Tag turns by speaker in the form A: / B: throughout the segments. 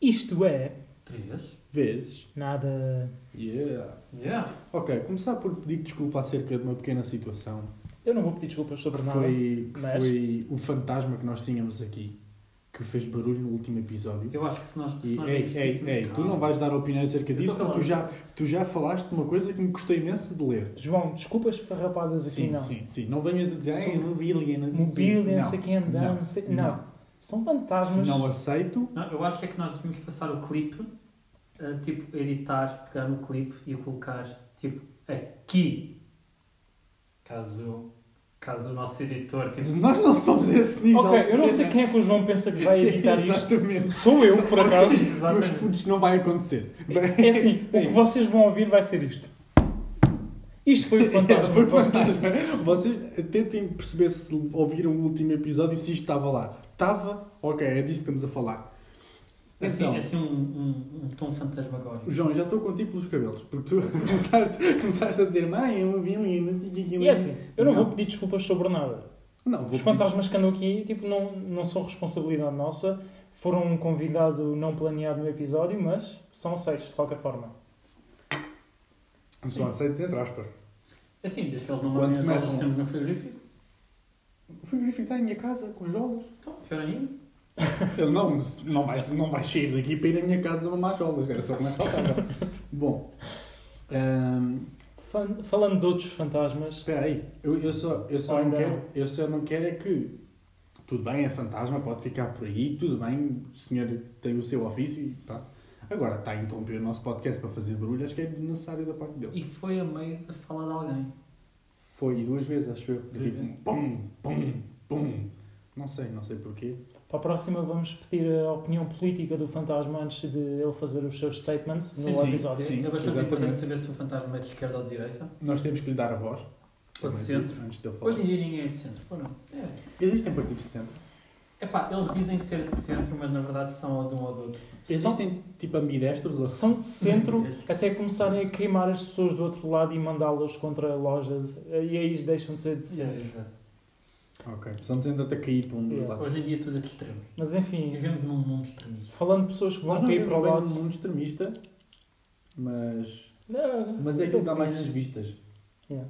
A: Isto é,
B: Três?
C: Vezes.
A: nada.
C: Yeah.
B: Yeah.
C: Ok, começar por pedir desculpa acerca de uma pequena situação.
A: Eu não vou pedir desculpas sobre
C: que
A: nada.
C: foi, que
A: mas-
C: foi o fantasma que nós tínhamos aqui, que fez barulho no último episódio.
B: Eu acho que se nós, se
C: E,
B: nós
C: ei,
B: investíssemos-
C: ei, ei, tu não vais dar opinião acerca
B: Eu
C: disso,
B: tô
C: porque tu já,
B: calado.
C: tu já falaste de uma coisa que me custou imenso de ler.
A: João, desculpas farrapadas aqui
C: sim,
A: não.
C: sim, sim. Não venhas a dizer,
A: Sou um
C: "Ei, mobília, não
A: Mobília, não
C: Não,
A: sei quem andando, não, sei... não. São fantasmas.
C: Não aceito.
B: Não, eu acho é que nós devíamos passar o clipe, eh, tipo, editar, pegar no clipe e o colocar, tipo, aqui. Caso, caso o nosso editor, tipo,
C: Nós não somos esse nível.
A: Ok,
C: de
A: eu não sei
C: cena.
A: quem é que o João pensa que vai editar isto.
C: Exatamente.
A: Sou eu, por acaso.
C: Mas
B: exatamente.
C: putz, não vai acontecer.
A: É assim, o que vocês vão ouvir vai ser isto. Isto É, foi o fantasma.
C: Foi o fantasma. Vocês tentem perceber se ouviram o último episódio e se isto estava lá. Estava? Ok, é disso que estamos a falar.
A: É
B: assim,
C: Então,
B: assim um, um, um tom fantasmagórico.
C: João, eu já estou contigo pelos cabelos, porque tu começaste, começaste a dizer mãe, eu vi ali, não sei o que, aquilo".
A: E é assim, eu não,
C: Não.
A: vou pedir desculpas sobre nada.
C: Não, vou
A: Os
C: pedir-
A: fantasmas que andam aqui tipo, não, não são responsabilidade nossa. Foram um convidado não planeado no episódio, mas são aceitos de qualquer forma.
C: São aceitos entre aspas.
B: Assim, desde que eles não
C: Quando
B: mandem as aulas
C: começam-
B: que temos no frigorífico.
C: Fui verificar em minha casa com os olhos.
B: Então, pior ainda.
C: Ele não, não vai, não vai sair daqui para ir à minha casa mamar solas, era só como é que faltava. Bom, ehm, ahm,
A: Fan- falando de outros fantasmas,
C: espera aí, eu, eu só, eu, só
A: Ou
C: não
A: ainda
C: quero,
A: não.
C: eu só não quero é que, tudo bem, é fantasma, pode ficar por aí, tudo bem, o senhor tem o seu ofício e pá. Agora está a interromper o nosso podcast para fazer barulho, acho que é desnecessário da parte dele.
B: E foi a meio da fala de alguém.
C: Foi duas vezes, acho eu,
B: Duas
C: tipo,
B: vezes.
C: pum, pum, pum. Não sei, não sei porquê.
A: para a próxima vamos pedir a opinião política do fantasma antes de ele fazer os seus statements
C: Sim,
A: no
C: sim,
A: episódio.
C: sim.
B: é bastante
C: exatamente.
B: importante saber se o fantasma é de esquerda ou de direita.
C: Nós temos que lhe dar a voz.
B: Ou de centro.
C: Antes de ele falar.
B: Hoje em dia ninguém é de centro, ou não? É.
C: Existem partidos de centro.
B: Epá, eles dizem ser de centro, mas na verdade são ou de um ou do outro.
A: São-
C: Existem Uhum. tipo ambidestros ou
A: São de centro
B: Hum, este.
A: até começarem a queimar as pessoas do outro lado e mandá-las contra lojas. E aí deixam de ser de centro.
B: Exato.
C: Ok. São de centro até cair para um dos
A: Yeah.
C: lados.
B: Hoje em dia tudo é de extremos.
A: Mas enfim,
B: Vivemos num mundo extremista.
A: falando de pessoas que vão
C: Nós Ah, não
A: cair para o
C: vivemos bem
A: lado.
C: num mundo extremista, mas,
A: Não,
C: mas é
A: então
C: aquilo que dá mais nas
A: fixe.
C: vistas,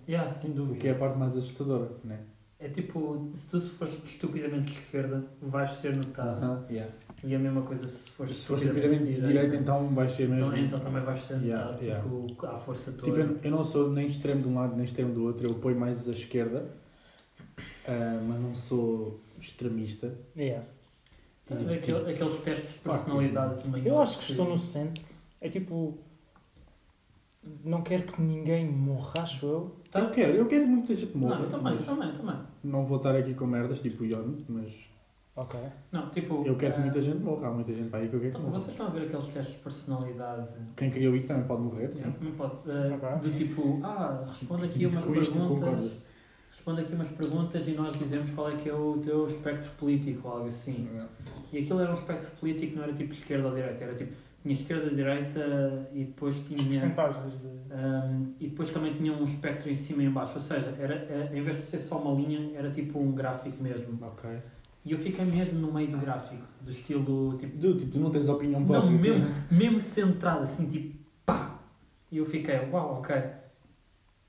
B: Yeah, sem
C: o que é
B: dúvida.
C: a parte mais assustadora, né?
B: É tipo, se tu se fores estupidamente de esquerda, vais ser notado.
C: Aham, yeah.
B: E a mesma coisa Tá. se fores
C: Se for estupidamente direito, então vais ser mesmo.
B: então, então também vais ser
C: Yeah,
B: notado,
C: yeah.
B: tipo, à força toda.
C: Tipo, eu, eu não sou nem extremo de um lado nem extremo do outro, eu apoio mais a esquerda, ah, mas não sou extremista.
A: Yeah.
B: Estás a ver aquele- aqueles testes de personalidade também.
A: Eu acho que estou no centro. É tipo. Não quero que ninguém morra, acho eu.
B: Tá?
C: Eu quero, eu quero muito que muita gente
B: Não,
C: morra.
B: eu também,
C: mas
B: também, também.
C: Não vou estar aqui com merdas tipo Ion, mas
A: Ok.
B: Não, tipo.
C: eu quero que
B: ah,
C: muita gente morra. Há muita gente para aí que eu quero que
B: Então,
C: morra.
B: vocês estão a ver aqueles testes de personalidade
C: Quem criou isso também pode morrer, sim. Tá
B: Yeah, também pode. Uh,
A: Ok.
B: Do tipo, ah, responde aqui umas
C: Com tipo isto
B: perguntas.
C: concordas?
B: Responde aqui umas perguntas e nós dizemos qual é que é o teu espectro político ou algo assim. E aquilo era um espectro político, não era tipo esquerda ou direita, era tipo, tinha esquerda, direita e depois
A: As
B: tinha.
A: porcentagens de.
B: um, e depois também tinha um espectro em cima e em baixo, ou seja, era, eh, em vez de ser só uma linha, era tipo um gráfico mesmo.
C: Ok.
B: E eu fiquei mesmo no meio do gráfico, do estilo tipo.
C: Du, tipo, tu não tens opinião própria.
B: Não,
C: tu-
B: mesmo, mesmo centrado, assim, tipo, pá! E eu fiquei, uau, ok.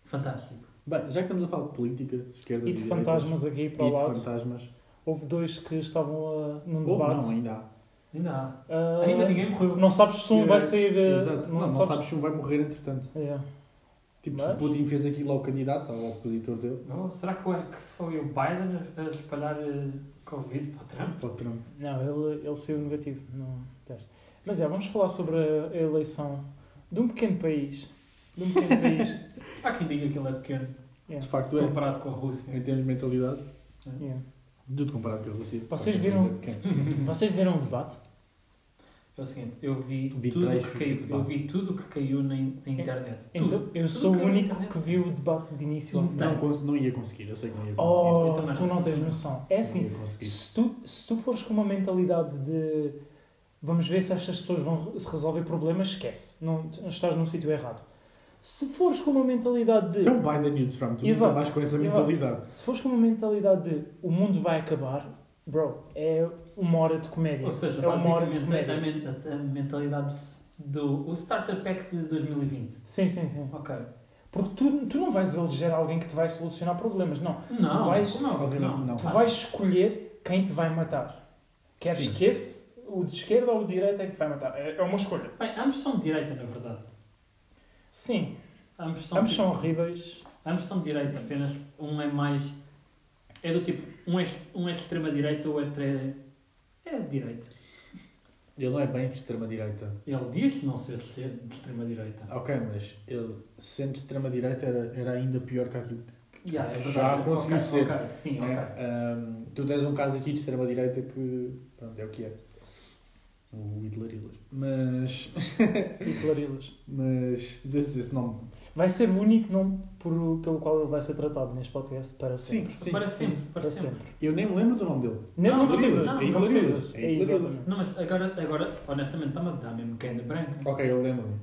B: Fantástico.
C: Bem, já que estamos a falar de política, esquerda
A: E de fantasmas aqui
C: e
A: para o
C: de
A: lado.
C: fantasmas.
A: Houve dois que estavam a- num
C: Houve,
A: debate.
C: não, ainda há.
B: Ainda há.
A: Ah,
B: Ainda ninguém morreu.
A: Não sabes se um
C: Se- é-
A: vai sair. ah,
C: Exato. Não, não, sabes... se um vai morrer entretanto.
A: Yeah.
C: Tipo,
A: Mas-
C: se Putin fez aquilo ao candidato, ao opositor dele,
B: Oh, será que, é que foi o Biden a, a espalhar eh, Covid para o Trump?
C: para o Trump.
A: Não, ele, ele saiu negativo no teste. Mas é, vamos falar sobre a, a eleição de um pequeno país. De um pequeno país.
B: Há quem diga que ele é pequeno,
C: De facto é,
B: comparado com a Rússia.
C: em termos de mentalidade,
A: Yeah.
C: tudo comparado com a Rússia.
A: Vocês viram-
C: Quem?
A: Vocês viram o debate?
B: É o seguinte, eu vi,
C: Vi
B: tudo
C: trechos
B: que caiu,
C: de
B: eu vi tudo o que caiu na, in- na
A: É-
B: internet. tudo.
A: Então, eu sou o
B: caiu na
A: único
B: internet.
A: que viu o debate de início ao fim.
C: Não, cons- não ia conseguir, eu sei que não ia conseguir.
A: Oh,
B: Eu também
A: tu
B: não.
A: não tens noção. É assim,
C: Não ia conseguir.
A: se tu, se tu fores com uma mentalidade de vamos ver se estas pessoas vão re- se resolver problemas, esquece. Não, tu estás num sítio errado. Se fores com uma mentalidade
C: Que é
B: Então-
A: de.
C: o Biden e o Trump, tu
A: Exato.
C: nunca vais com essa
A: Exato.
C: mentalidade.
A: Se fores com uma mentalidade de o mundo vai acabar, Bro, é uma hora de comédia.
B: Ou seja,
A: é uma hora de
B: basicamente
A: comédia.
B: a, men- a- a mentalidade do o Starter Pack de 2020.
A: Sim, sim, sim.
B: Ok.
A: Porque tu, tu não vais eleger alguém que te vai solucionar problemas, não.
B: Não,
A: Tu vais-
B: não,
C: Obviamente
B: não.
C: não.
A: Tu vais escolher quem te vai matar. Queres
C: Sim.
A: que esse, o de esquerda ou o de direita é que te vai matar. É, é uma escolha.
B: Bem, ambos são de direita, na verdade.
A: Sim,
B: Ambos são,
A: ambos são horríveis.
B: ambos são de direita, apenas um é mais. É do tipo, um é, um é de extrema-direita, o outro é. É de direita.
C: Ele não é bem de extrema-direita.
B: Ele diz não ser de de extrema-direita.
C: Ok, mas ele, sendo de extrema-direita, era, era ainda pior que aquilo que.
B: Yeah, é verdade.
C: Já
B: Ok,
C: conseguiu
B: ok,
C: ser.
B: ok, sim, ok.
C: É, ahm, tu tens um caso aqui de extrema-direita que. Pronto, é o que é. O Hitler Hitler. Mas.
A: E clarilas.
C: Mas. Tu tens esse nome.
A: Vai ser o único nome por- pelo qual ele vai ser tratado neste podcast para
C: Sim,
A: sempre.
C: sim.
B: para
C: sim.
B: sempre, para,
A: Para
B: sempre.
A: sempre.
C: Eu nem me lembro do nome dele.
A: Não,
B: Não,
A: não precisas.
B: não,
A: Não,
C: não
A: precisas.
C: precisas.
A: É
C: É
A: exatamente.
B: Não, mas agora, agora honestamente, está-me a dar mesmo quem de branca.
C: Ok, eu lembro-me.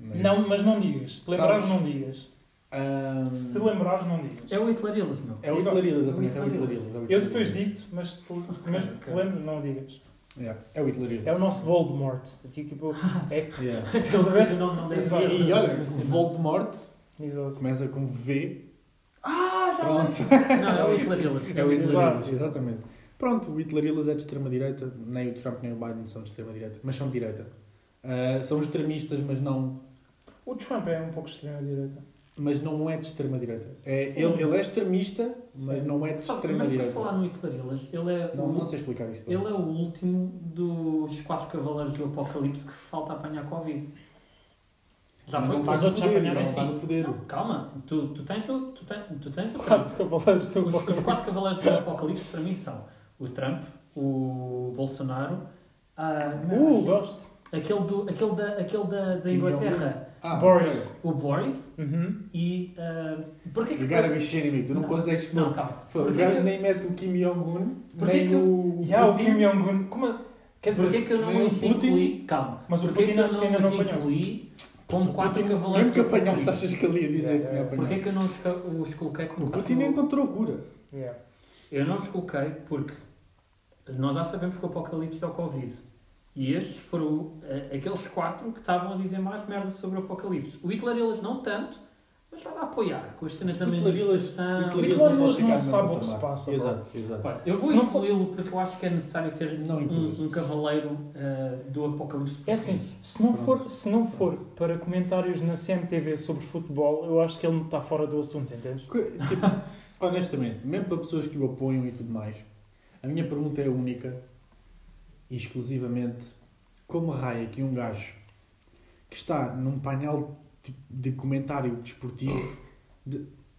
C: Mas-
A: Não, mas não digas. Se te lembrares,
C: Sabes?
A: não digas.
C: Ahm,
A: Se te lembrares, não digas.
B: É o Hitlerilas, meu.
C: É o
A: Exato.
C: Hitler Hitler, exatamente. É o
B: Hitler
C: Hitler
B: Hitler.
C: Hitler, é o Hitler
A: Eu depois
C: Hitler.
A: digo-te, mas se, te- se mesmo te
B: Ok.
A: lembro, não digas.
C: Yeah, É o Hitler Hitler.
A: É o nosso Voldemort. Tipo, é que.
C: Yeah.
B: Aquele gajo não, não deve
A: Exato.
B: ser.
C: E olha,
B: Sim,
C: Voldemort
A: Exato.
C: começa com V.
B: Ah, já
C: Pronto.
B: Não, é o Hitlerilas.
C: É o Hitler
A: Exato.
C: Hitler, exatamente. Pronto, o Hitler Hitler é de extrema-direita. Nem o Trump nem o Biden são de extrema-direita. Mas são de direita. Ah, são extremistas, mas não,
A: O Trump é um pouco extrema-direita.
C: mas não é de extrema-direita. É,
A: Sim.
C: ele, ele é extremista,
A: Sim.
C: mas não é de
B: Só, mas por
C: extrema-direita.
B: falar no Hitlerilas, ele é
C: Não,
B: o...
C: não sei explicar isto.
B: Ele é o último dos quatro cavaleiros do Apocalipse que falta apanhar Covid. Já
C: Não
B: foi
C: está
B: os
C: no
B: outros já
C: poder,
B: apanharam
C: não está
B: assim.
C: no poder.
B: Não, calma, tu, tu tens o. Tu, ten- tu tens o
A: Claro,
B: Trump.
A: desculpa, falas do
B: Os, os
A: Voldemort.
B: quatro cavaleiros do Apocalipse para mim são o Trump, o Bolsonaro, ah, não,
A: Uh, gosto.
B: aquele, aquele, do, aquele, da, aquele da, da
C: Kim
B: Inglaterra,
C: Ah,
A: é Boris.
C: ok.
B: o Boris
A: Uhum.
B: e. ah, porquê que.
C: You gotta be shitting me. Tu não,
B: Não.
C: consegues...
B: Não, calma.
C: Foi, O
B: Porquê
C: gajo
B: que-
C: nem mete o Kim Jong-un,
B: Porquê
C: nem
B: que-
C: o.
A: Já o
C: Putin.
A: Kim Jong-un. Como é- Quer dizer,
B: Porquê que eu não
C: nem o
B: os
C: Putin-
B: incluí? Calma.
A: Mas o
B: Porquê
A: Putin
B: que eu
A: acho que
B: não
A: ainda
B: os
A: não apanhou.
B: incluí como quatro cavaleiros
C: Mesmo que
B: do
C: apanhasse,
B: Apocalipse?
C: achas que ele ia dizer
A: Yeah,
C: que ia
A: yeah.
C: apanhar.
B: Porquê que eu não os, ca- os coloquei como
C: O
B: quatro
A: Ah,
C: Putin encontrou cura.
A: Yeah.
B: Eu não os coloquei porque nós já sabemos que o Apocalipse é o Covid. E estes foram eh, aqueles quatro que estavam a dizer mais merda sobre o Apocalipse. O Hitler eles não tanto, mas estava a apoiar com as cenas da
C: Hitler, ele-
B: manifestação.
A: Hitler,
C: ele
A: Hitler,
C: pode
A: eles
C: ficar
A: não
C: no
A: sabem
C: patamar.
A: o que se passa, bro.
C: Exato, exato.
B: Olha, Eu
A: Se
B: vou
A: não for-
B: incluí-lo porque eu acho que é necessário ter
C: Não incluas.
B: um, um cavaleiro eh, do Apocalipse.
A: É assim, se não, for, se não for para comentários na CMTV sobre futebol, eu acho que ele está fora do assunto, entendes?
C: Que- tipo, honestamente, mesmo para pessoas que o apoiam e tudo mais, a minha pergunta é única e exclusivamente como raia que um gajo que está num painel de, de comentário desportivo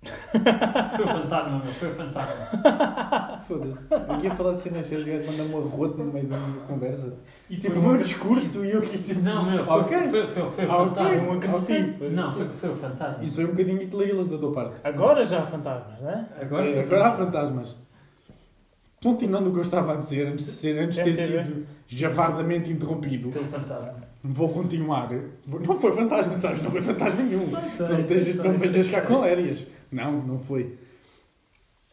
B: Foi o fantasma, meu, foi o fantasma.
C: Foda-se, eu ia falar assim, mas os gajos mandam uma rota no meio da minha conversa e tipo,
A: Foi
C: o meu
A: uma-
C: discurso e eu aqui tipo.
B: Não, meu, foi,
C: Ok.
B: foi, foi, foi o
C: Ah, ok.
B: fantasma.
A: Um agressivo.
C: Ok.
B: Não, foi, foi o fantasma.
C: Isso foi um bocadinho Hitler da tua parte.
A: Agora já há fantasmas, não é?
B: Agora
C: É,
B: foi o
C: agora há
B: fantasma.
C: fantasmas. Continuando o que eu estava a dizer, antes de, ser- antes de ter
A: CMTV.
C: sido javardamente interrompido,
B: Foi o fantasma.
C: vou continuar. Vou- Não foi fantasma, sabes? Não foi fantasma nenhum.
B: Sei, sei,
C: Não,
B: sei,
C: tens,
B: sei,
C: não
B: sei,
C: venhas
B: sei.
C: cá com lérias. Não, não foi.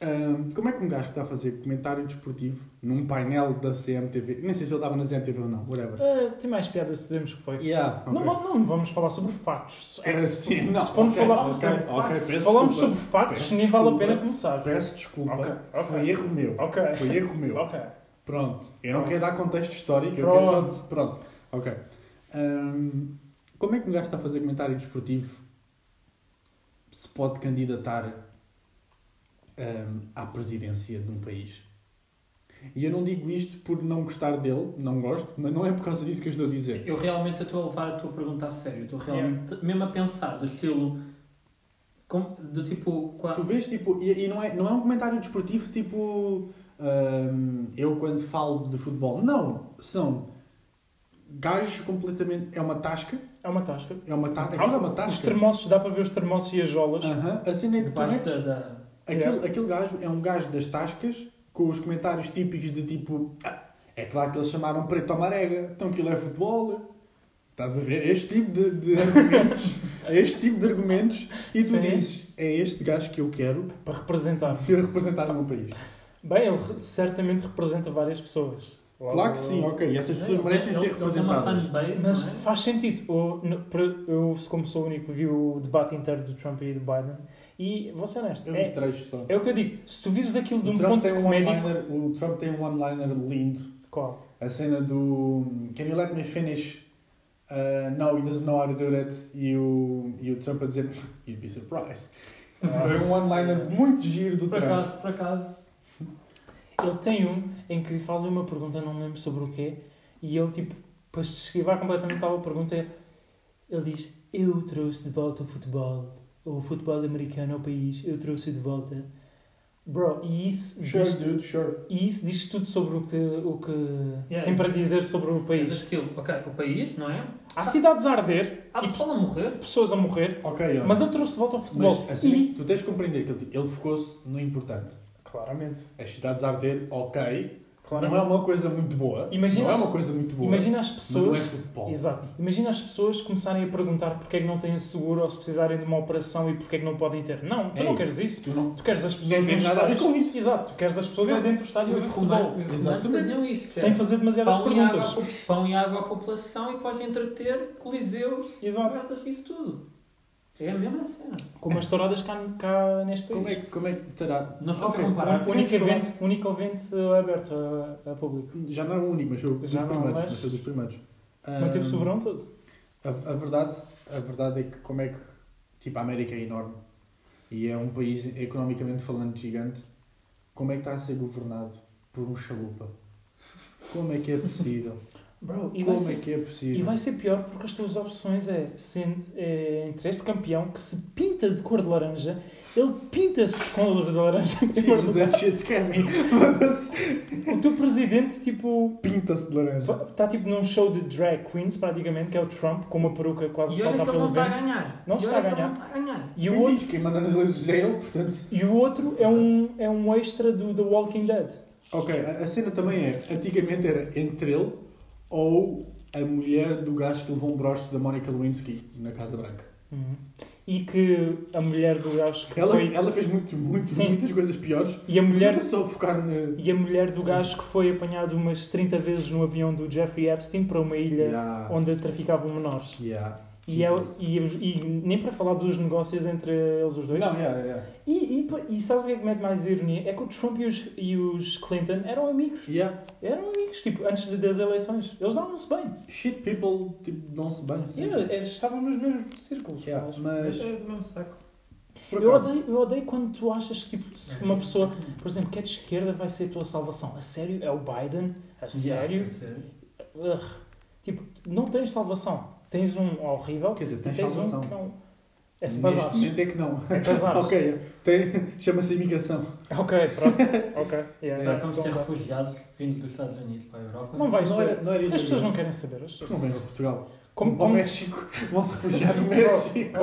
C: Ahm, como é que um gajo que está a fazer comentário desportivo num painel da CMTV, nem sei se ele estava na CMTV ou não, whatever.
A: Ah, tem mais piada se dizermos que foi.
C: Yeah,
A: Não,
C: ok.
A: va- não vamos falar sobre factos. É
C: É
A: que se-
C: assim, não,
A: se formos
C: ok,
A: falar
C: ok,
A: sobre
C: ok,
A: factos,
C: peço
A: se falamos
C: desculpa.
A: sobre factos,
C: Peço
A: nem vale a
C: desculpa.
A: pena começar.
C: Peço desculpa,
A: Ok, ok.
C: foi erro meu.
A: Ok,
C: Foi erro meu.
A: ok.
C: Pronto, eu não
A: Pronto.
C: quero dar contexto histórico, eu quero só. dizer- Pronto, ok. Hum, como é que um gajo está a fazer comentário desportivo se pode candidatar hum, à presidência de um país? E eu não digo isto por não gostar dele, não gosto, mas não é por causa disso que eu estou a dizer.
B: Eu realmente estou a levar a tua pergunta a sério. Estou realmente, mesmo a pensar, do estilo. com- do tipo. qua-
C: Tu vês, tipo, e, e não, é, não é um comentário desportivo tipo hum, eu quando falo de futebol. Não, são gajos completamente. É uma tasca,
A: É uma tasca.
C: é uma tasca, aquilo é uma
A: Os
C: tasca.
A: termossos, dá para ver os termossos e as jolas.
C: Aham, a cena é de
B: debaixo
C: comentários.
B: da- da-
C: Aquele,
A: Yeah.
C: aquele gajo é um gajo das tascas com os comentários típicos de tipo "Ah, é claro que eles chamaram preto à marega, então aquilo é futebol. Estás a ver? Este tipo de, de argumentos. é este tipo de argumentos. E tu
A: Sim.
C: dizes, é este gajo que eu quero
A: Para representar.
C: para representar o meu país.
A: Bem, ele re- certamente representa várias pessoas.
C: Claro que sim, ok. E essas
B: É,
C: pessoas merecem
B: um-
C: ser representadas.
A: Mas faz sentido. Eu, n- para- eu, como sou o único, vi o debate inteiro do Trump e do Biden. E vou ser honesto.
C: Eu
A: É,
C: me trecho só.
A: é o que eu digo. Se tu vires aquilo de um
C: o, Trump
A: ponto
C: tem um
A: comédico.
C: one-liner, o Trump tem um one-liner lindo.
A: Qual?
C: A cena do Can you let me finish? Uh, no, he doesn't know how to do that. E o, e o Trump a dizer You'd be surprised.
A: Ah.
C: Foi um one-liner muito giro do
B: Por
C: Trump.
B: acaso, por acaso.
A: Ele tem um em que lhe fazem uma pergunta, não me lembro sobre o quê, e ele, tipo, para se esquivar completamente à pergunta, ele diz: Eu trouxe de volta o futebol, o futebol americano ao país, eu trouxe de volta. Bro, e isso,
C: Sure,
A: diz,
C: dude, sure.
A: e isso diz tudo sobre o que, o que
B: Yeah.
A: tem para dizer sobre o
B: É do
A: país.
B: estilo, ok, o país, não é?
A: Há cidades a arder,
B: Há
A: E-
B: pessoal a morrer.
A: pessoas a morrer,
C: Ok, olha.
A: mas ele trouxe de volta o futebol.
C: Mas, assim,
A: E-
C: tu tens de compreender que ele, ele focou-se no importante.
A: Claramente.
C: As cidades a arder, ok. Não é
A: claramente.
C: uma coisa muito boa.
A: Imagina
C: não é
A: se-
C: uma coisa muito boa.
A: Imagina as
C: mas não é
A: pessoas.
C: futebol.
A: Exato. Imagina as pessoas começarem a perguntar porque é que não têm seguro ou se precisarem de uma operação e porque é que não podem ter. Não, tu
C: Ei.
A: não queres isso.
C: Tu É não...
A: Tu queres as pessoas
C: Nem tem
A: nos
C: nada a ver
A: estádios.
C: com isso.
A: Exato, tu queres as pessoas
B: Não.
A: aí dentro do estádio e
B: Os
A: de
B: romanos,
A: futebol.
B: os romanos
C: Exatamente.
B: faziam isto. que
A: Sem
B: era
A: fazer demasiadas
B: pão e, água, à
A: perguntas.
B: po- pão e água à população e podes entreter coliseus,
A: Exato.
B: guardas, isso tudo. É a mesma cena.
A: Como as touradas cá, cá neste país.
C: Como é, que- como é que terá...
B: Não só
C: Ok,
B: para comparar.
C: não-
A: Unicamente, unicamente eh, aberto a, a público.
C: Já não é o único, mas foi o dos
A: Já não, é,
C: primeiros.
A: mas-
C: mas foi dos primeiros. Um,
A: Manteve-se o
C: Ahm,
A: verão todo.
C: A, a verdade, a verdade é que como é que tipo a América é enorme e é um país economicamente falando gigante, como é que está a ser governado por um chalupa? Como é que é possível?
A: Bro, e vai,
C: como
A: ser,
C: é que é
A: e
C: possível?
A: vai ser pior porque as tuas opções é, sendo, é entre esse campeão que se pinta de cor de laranja, ele pinta-se de cor de laranja em primeiro
C: Jesus, that shit's scary.
A: O teu presidente, tipo,
C: Pinta-se de laranja.
A: está tipo num show de drag queens, praticamente, que é o Trump, com uma peruca quase
B: E
A: a
B: olha
A: saltar
B: que ele não tá
A: pelo
B: está a
A: vento.
B: ganhar.
A: Não
B: e
A: está a
B: olha que ele
A: ganhar.
B: não está a ganhar.
A: E o, outro,
C: Quem manda nas leis é ele, portanto...
A: e o outro é um, é um extra do The Walking Dead.
C: Ok, a, a cena também é, antigamente era entre ele ou a mulher do gajo que levou um broche da Monica Lewinsky na Casa Branca.
B: Uhum.
A: E que a mulher do gajo que
C: Ela,
A: foi.
C: ela fez muito, muito,
A: Sim.
C: muitas coisas piores.
A: E a
C: Mulher...
A: mulher,
C: Mas eu estou só a focar na...
A: e a mulher do gajo que foi apanhado umas 30 vezes no avião do Jeffrey Epstein para uma ilha
C: Yeah.
A: onde é traficavam menores.
C: Yeah.
A: E, ela,
C: Jesus.
A: e, os- e nem para falar dos negócios entre eles os dois.
C: Não, yeah, yeah.
A: E, e, e sabes o que é que mete mais ironia? É que o Trump e os, e os Clinton eram amigos.
C: yeah.
A: Eram amigos, tipo, antes de- das eleições. Eles davam-se bem.
C: Shit people, tipo, dão-se bem. sim.
A: Yeah, eles estavam nos mesmos círculos.
C: Yeah,
A: eles-
C: mas,
B: É do mesmo saco.
C: por
A: Eu
C: acaso,
A: odeio, eu odeio quando tu achas que tipo, se uma pessoa, por exemplo, que é de esquerda vai ser a tua salvação. A sério? É o Biden? A
B: é
A: sério? Ugh. Tipo, não tens salvação. Tens um horrível
C: Quer dizer,
A: e
C: tens
A: tens
C: salvação.
A: um que é um... É
C: neste
A: bazar.
C: momento é que não.
A: É bazar.
C: ok, tem- chama-se imigração.
A: Ok, pronto. Ok. Yeah,
B: Será
A: yeah,
B: que vamos
A: só
B: ter
A: dá.
B: refugiados vindos dos Estados Unidos para a Europa?
A: é, Não vais
C: Não
A: ter.
C: era, não era
A: é- As pessoas
C: italiano.
A: não querem saber. as pessoas-
C: não vêm para Portugal.
A: Como,
C: Ao
A: como...
C: México. Vão-se refugiar no México.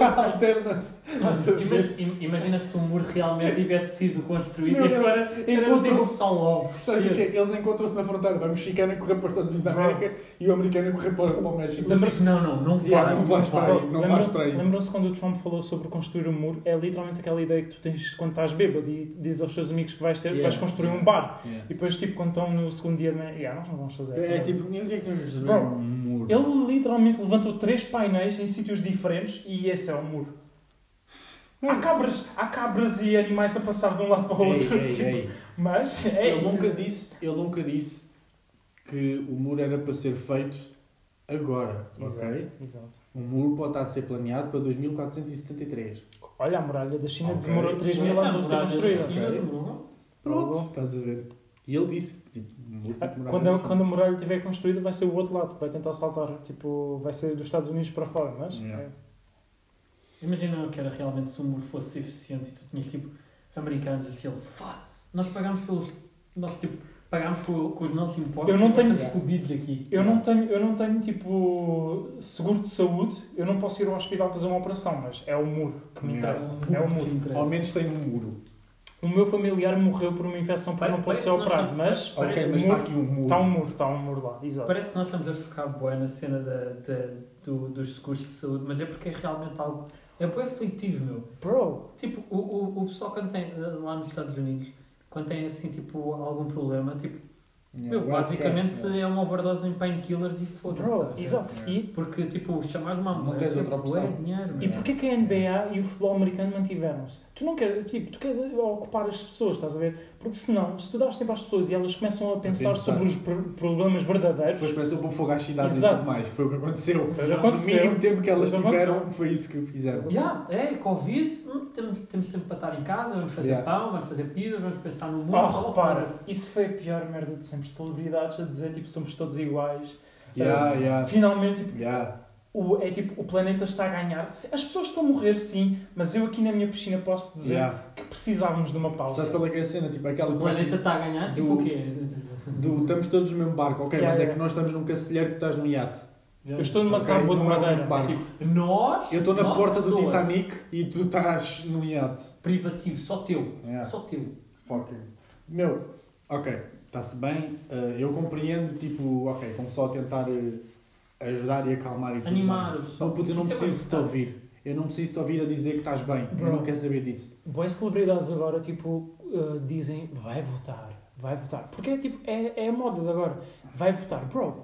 C: Alterna-se.
B: Imagina- im- Imagina se o muro realmente tivesse sido construído
C: Não,
B: e
C: não.
B: agora era o tipo
C: Encontrou-se-
B: São Lobo.
C: Sabe o que é?
B: Shit.
C: Eles encontram-se na fronteira. Vai o mexicano a correr para os Estados Unidos da América e o americano a correr para para o México.
A: Então,
B: Tu dizes, Não, não, não
C: é? Yeah,
B: faz.
C: não vais para aí. Não vais
A: Lembram-se
C: para aí.
A: lembram-se quando o Trump falou sobre construir um muro? É literalmente aquela ideia que tu tens quando estás bêbado e dizes aos teus amigos que vais, ter,
C: Yeah.
A: vais construir um bar.
C: Yeah.
A: E depois, tipo, quando estão no segundo dia de manhã, "Yeah, nós não vamos fazer essa
C: É,
A: merda."
C: tipo, o que é que nos
A: Bom,
C: um muro?
A: Ele literalmente levantou três painéis em sítios diferentes e esse é o muro. Há cabras, há cabras e animais a passar de um lado para o outro.
C: Hum. Ei, ei,
A: tipo,
C: ei.
A: Mas é.
C: Ele nunca disse, ele nunca disse que o muro era para ser feito agora, ok?
A: Exato, exato.
C: O muro pode estar a ser planeado para 2473.
A: Olha, a muralha da China
C: Ok.
A: demorou 3 mil anos a ser construída.
C: China.
B: construída.
C: Pronto, estás a ver? E ele disse, tipo, o muro tem que demorar
A: Quando a,
C: muito.
A: quando a muralha estiver construída, vai ser o outro lado, vai tentar saltar. Tipo, vai ser dos Estados Unidos para fora, mas. é.
C: Yeah.
B: Imagina que era realmente se o muro fosse eficiente e tu tinhas tipo americanos e ele faz. Nós pagámos pelos. Nós tipo pagámos com, com os nossos impostos.
A: Eu não
B: para
A: tenho-
B: fazer fodidos aqui.
A: Eu não tenho, eu não tenho tipo seguro de saúde, eu não posso ir ao hospital fazer uma operação, mas é o muro que me
C: Yeah.
A: interessa.
B: um
A: É o muro.
C: Ao menos tem um muro.
A: O meu familiar morreu por uma infecção porque
B: Pare-
A: não pode
B: parece
A: ser
B: que nós
A: operado,
B: estamos-
A: mas
B: Olha,
C: Ok,
A: o
C: mas
A: muro-
C: está aqui um muro.
A: está um muro, está um muro lá, exato.
B: Parece que nós estamos a focar boa na cena da, da- do, dos seguros de saúde, mas é porque é realmente algo. É bem aflitivo, meu.
A: Bro,
B: Tipo, o, o, o pessoal que tem eh, lá nos Estados Unidos quando têm assim, tipo, algum problema, tipo,
D: Yeah,
B: meu,
D: well,
B: basicamente
D: yeah.
B: é uma overdose em painkillers e foda-se. tá a
A: Bro,
B: ver?
A: exato.
D: Yeah.
A: E,
B: Porque, tipo, chamares uma
C: Não
B: ambulância,
C: tens outra opção.
B: bué dinheiro,
A: e
B: meu.
A: porquê que a NBA e o futebol americano mantiveram-se? Tu não queres, tipo, tu queres ocupar as pessoas, estás a ver? Porque senão, se tu dás tempo às pessoas e elas começam a pensar,
C: pensar.
A: sobre os pro- problemas verdadeiros,
C: Depois começou a pôr fogo às cidades
A: Exato.
C: e tudo mais, que foi o que aconteceu.
A: Já aconteceu.
C: No mínimo tempo que elas
A: Já
C: tiveram, foi isso que fizeram.
B: Yeah, é, Covid, hum, temos, temos tempo para estar em casa, vamos fazer
C: Yeah.
B: pão, vamos fazer pizza, vamos pensar no mundo.
A: Oh, repara,
B: fora-se.
A: isso foi a pior merda de sempre. Celebridades a dizer, tipo, somos todos iguais.
C: Yeah,
A: Ah,
C: yeah,
A: Finalmente, tipo,
C: yeah.
A: o, é tipo, o planeta está a ganhar. Se- As pessoas estão a morrer, sim, mas eu aqui na minha piscina posso dizer
C: yeah.
A: que precisávamos de uma pausa.
C: Sabe qual é que é a cena? Tipo, aquela
B: O planeta está a ganhar, tipo
C: do-
B: o quê?
C: do estamos todos no mesmo barco, ok,
A: Yeah,
C: mas é
A: yeah.
C: que nós estamos num cancelheiro que tu estás num iate.
A: Eu estou numa
C: Ok,
A: tábua de
C: não é um
A: madeira.
C: barco.
B: Tipo, nós,
C: Eu estou na
B: nós
C: porta do
B: pessoas,
C: Titanic e tu estás num iate.
B: Privativo, só teu.
C: Yeah.
B: Só teu.
C: Fucking. Meu, ok, está-se bem. eh, eu compreendo, tipo, ok, estão só a tentar eh, ajudar e acalmar e tudo
B: Animar
C: mais.
B: o pessoal.
C: Não, puto, eu não
B: Isso é
C: preciso de te
B: bem-
C: ouvir. Eu não preciso de te ouvir a dizer que estás bem. Eu
A: Bro.
C: não quero saber disso.
A: Boas celebridades agora, tipo, uh, dizem, vai votar, vai votar. Porque é, tipo, é, é a moda de agora. Vai votar. Bro,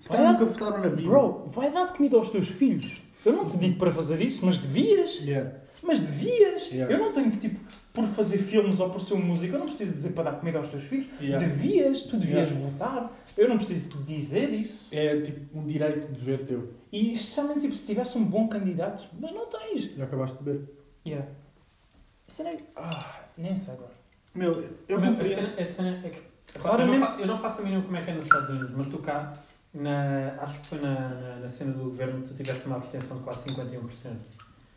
C: Os
A: Olha-
C: caras nunca votaram na vida.
A: bro, vai dar de comida aos teus filhos. Eu não te digo para fazer isso, mas devias.
C: Yeah.
A: Mas devias.
C: Yeah.
A: Eu não tenho que, tipo, por fazer filmes ou por ser um músico, eu não preciso dizer para dar comida aos teus filhos.
C: Yeah.
A: Devias, tu devias
C: Yeah.
A: votar. Eu não preciso te dizer isso.
C: É tipo um direito de dever teu.
A: E especialmente tipo, se tivesse um bom candidato, mas não tens.
C: Já acabaste de beber.
A: Yeah. A cena é- Ah, nem sei agora.
C: Meu, eu
B: Meu, a
C: compreendo.
B: cena- a cena é que- Pá, Eu não,
A: Claramente.
B: faço, eu não faço a mínima como é que é nos Estados Unidos, mas tu cá, na, acho que foi na, na, na cena do governo, tu tiveste uma abstenção de quase 51%.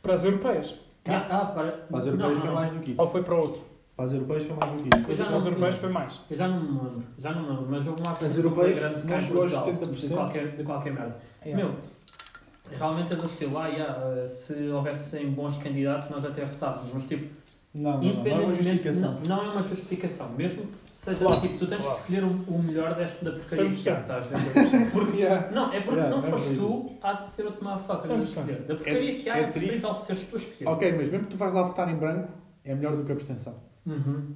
A: Para as europeias.
C: Cá?
B: Ah, para.
C: Para os
B: não,
C: europeus
B: não,
C: foi
B: não.
C: mais do que isso.
A: Ou foi para outro?
C: Para os europeus foi é mais do que isso.
B: Eu já
A: Para as
B: não-
A: europeias foi mais.
B: Eu já não me lembro, já não me lembro, mas houve uma
C: As
B: abstenção
C: europeias,
B: grande
C: se
B: cá
C: não
B: em
C: chegou aos
B: Portugal,
C: 70%.
B: de qualquer, de qualquer merda.
A: Yeah.
B: Meu, realmente é do estilo, ah, yeah, se houvessem bons candidatos nós até votávamos, mas tipo,
C: Não, não, não, não é uma
B: independentemente,
C: justificação.
B: não, não é uma justificação, mesmo que seja
A: Claro,
B: tipo, tu tens
A: claro.
B: que escolher o, o melhor desta da porcaria que
A: 100%.
B: estás a
C: Porque yeah.
B: Não, é porque
C: Yeah,
B: se não
C: é
B: fores
C: horrível.
B: tu, há de ser outro uma faca.
A: 100%.
B: Da porcaria que há,
C: é
B: é,
C: triste.
B: preferível seres tu a escolher.
C: é, Ok, mas mesmo que tu vais lá votar em branco, é melhor do que a abstenção.
B: Uhum.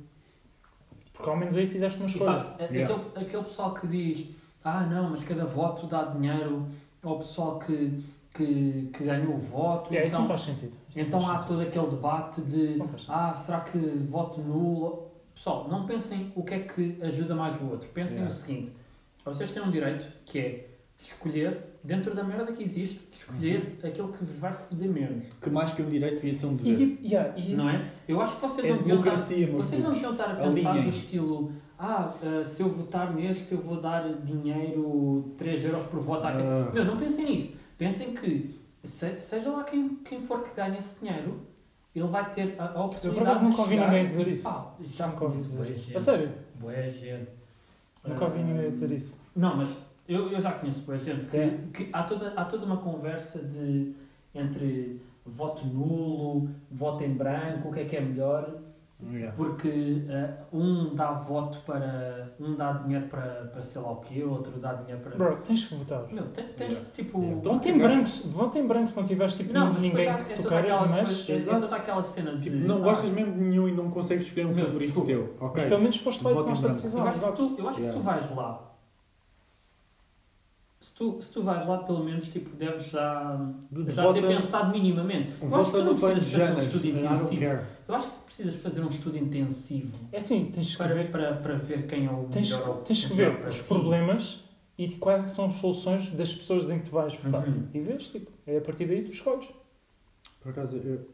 A: Porque ao menos aí fizeste uma
B: E
A: escolha.
B: sabes, a-
C: Yeah.
B: aquele, aquele pessoal que diz ah não, mas cada voto dá dinheiro ao pessoal que, que, que ganhou o voto.
A: Yeah, é, isso não
B: então
A: faz sentido. Isso não
B: então há
A: faz sentido.
B: todo aquele debate de
A: Isso não faz sentido.
B: ah, será que voto nulo? Pessoal, não pensem o que é que ajuda mais o outro. Pensem
C: Yeah.
B: o seguinte: vocês têm um direito que é escolher, dentro da merda que existe, de escolher
A: Uhum.
B: aquilo que vos vai foder menos.
C: Que mais que um direito devia ser um
A: E
C: dever.
A: tipo, yeah, e
B: Não é? Eu acho que vocês
C: é
B: não deviam estar
C: democracia, meu
B: vocês não deviam
C: filho.
B: estar
A: É
B: a
C: Alinhem.
B: pensar no estilo ah, ah, se eu votar neste eu vou dar dinheiro 3 euros por voto
A: É.
B: àquele.
C: Ah.
B: Meu, não pensem nisso. Pensem que se- seja lá quem, quem for que ganhe esse dinheiro, ele vai ter a, a
A: eu
B: oportunidade
A: por acaso nunca
B: de
A: ouvi
B: chegar-
A: ninguém dizer isso.
B: Pá, já me
A: Nunca ouvi
B: conheço
A: dizer
B: boa
A: isso. A
B: gente.
A: sério,
B: Boa gente.
A: nunca ouvi
B: Ah,
A: ninguém dizer isso.
B: Não, mas eu, eu já conheço boa gente que,
A: É.
B: que há, toda, há toda uma conversa de entre voto nulo, voto em branco, o que é que é melhor.
C: Ah, Yeah.
B: Porque eh, um dá voto para. um dá dinheiro para, para sei lá o quê, outro dá dinheiro para.
A: Bro, tens que votar.
B: Meu, tem- tens
C: Yeah.
B: tipo.
C: Yeah.
A: Vota em branco, se- vota em branco se não tiveres tipo
B: Não, mas
A: ninguém
B: depois há-
A: que
B: é
A: tu
B: toda
A: queres,
B: aquela
A: mas.
B: coisa- É
C: Exato.
B: toda aquela cena de.
C: Tipo, não
B: ah,
C: gostas mesmo de nenhum e não consegues escolher um
B: Meu,
C: favorito
B: tipo,
C: teu. Ok.
A: Mas pelo menos foste lá e
C: Vota em
A: tomaste a
C: branco.
B: Eu
A: decisão.
B: acho, que
A: exato.
B: tu, eu acho que
C: Yeah.
B: se tu vais lá. Se tu, se tu vais lá, pelo menos, tipo, deves já,
C: Do-
B: já
C: vota-
B: ter pensado minimamente. Eu acho que
C: Vota
B: tu não
C: no banho de
B: precisas fazer um
C: Janas.
B: estudo
C: I don't
B: intensivo.
C: care.
B: Eu acho que precisas fazer um estudo intensivo
A: É assim, tens que
B: para,
A: escrever
B: para, para ver quem é o
A: Tens,
B: melhor. ou
A: tens que
B: melhor
A: ver
B: para
A: os
B: ti.
A: problemas e de quais é são as soluções das pessoas em que tu vais votar.
B: Uhum.
A: E vês, tipo, é a partir daí que tu escolhes.
C: Por acaso, eu...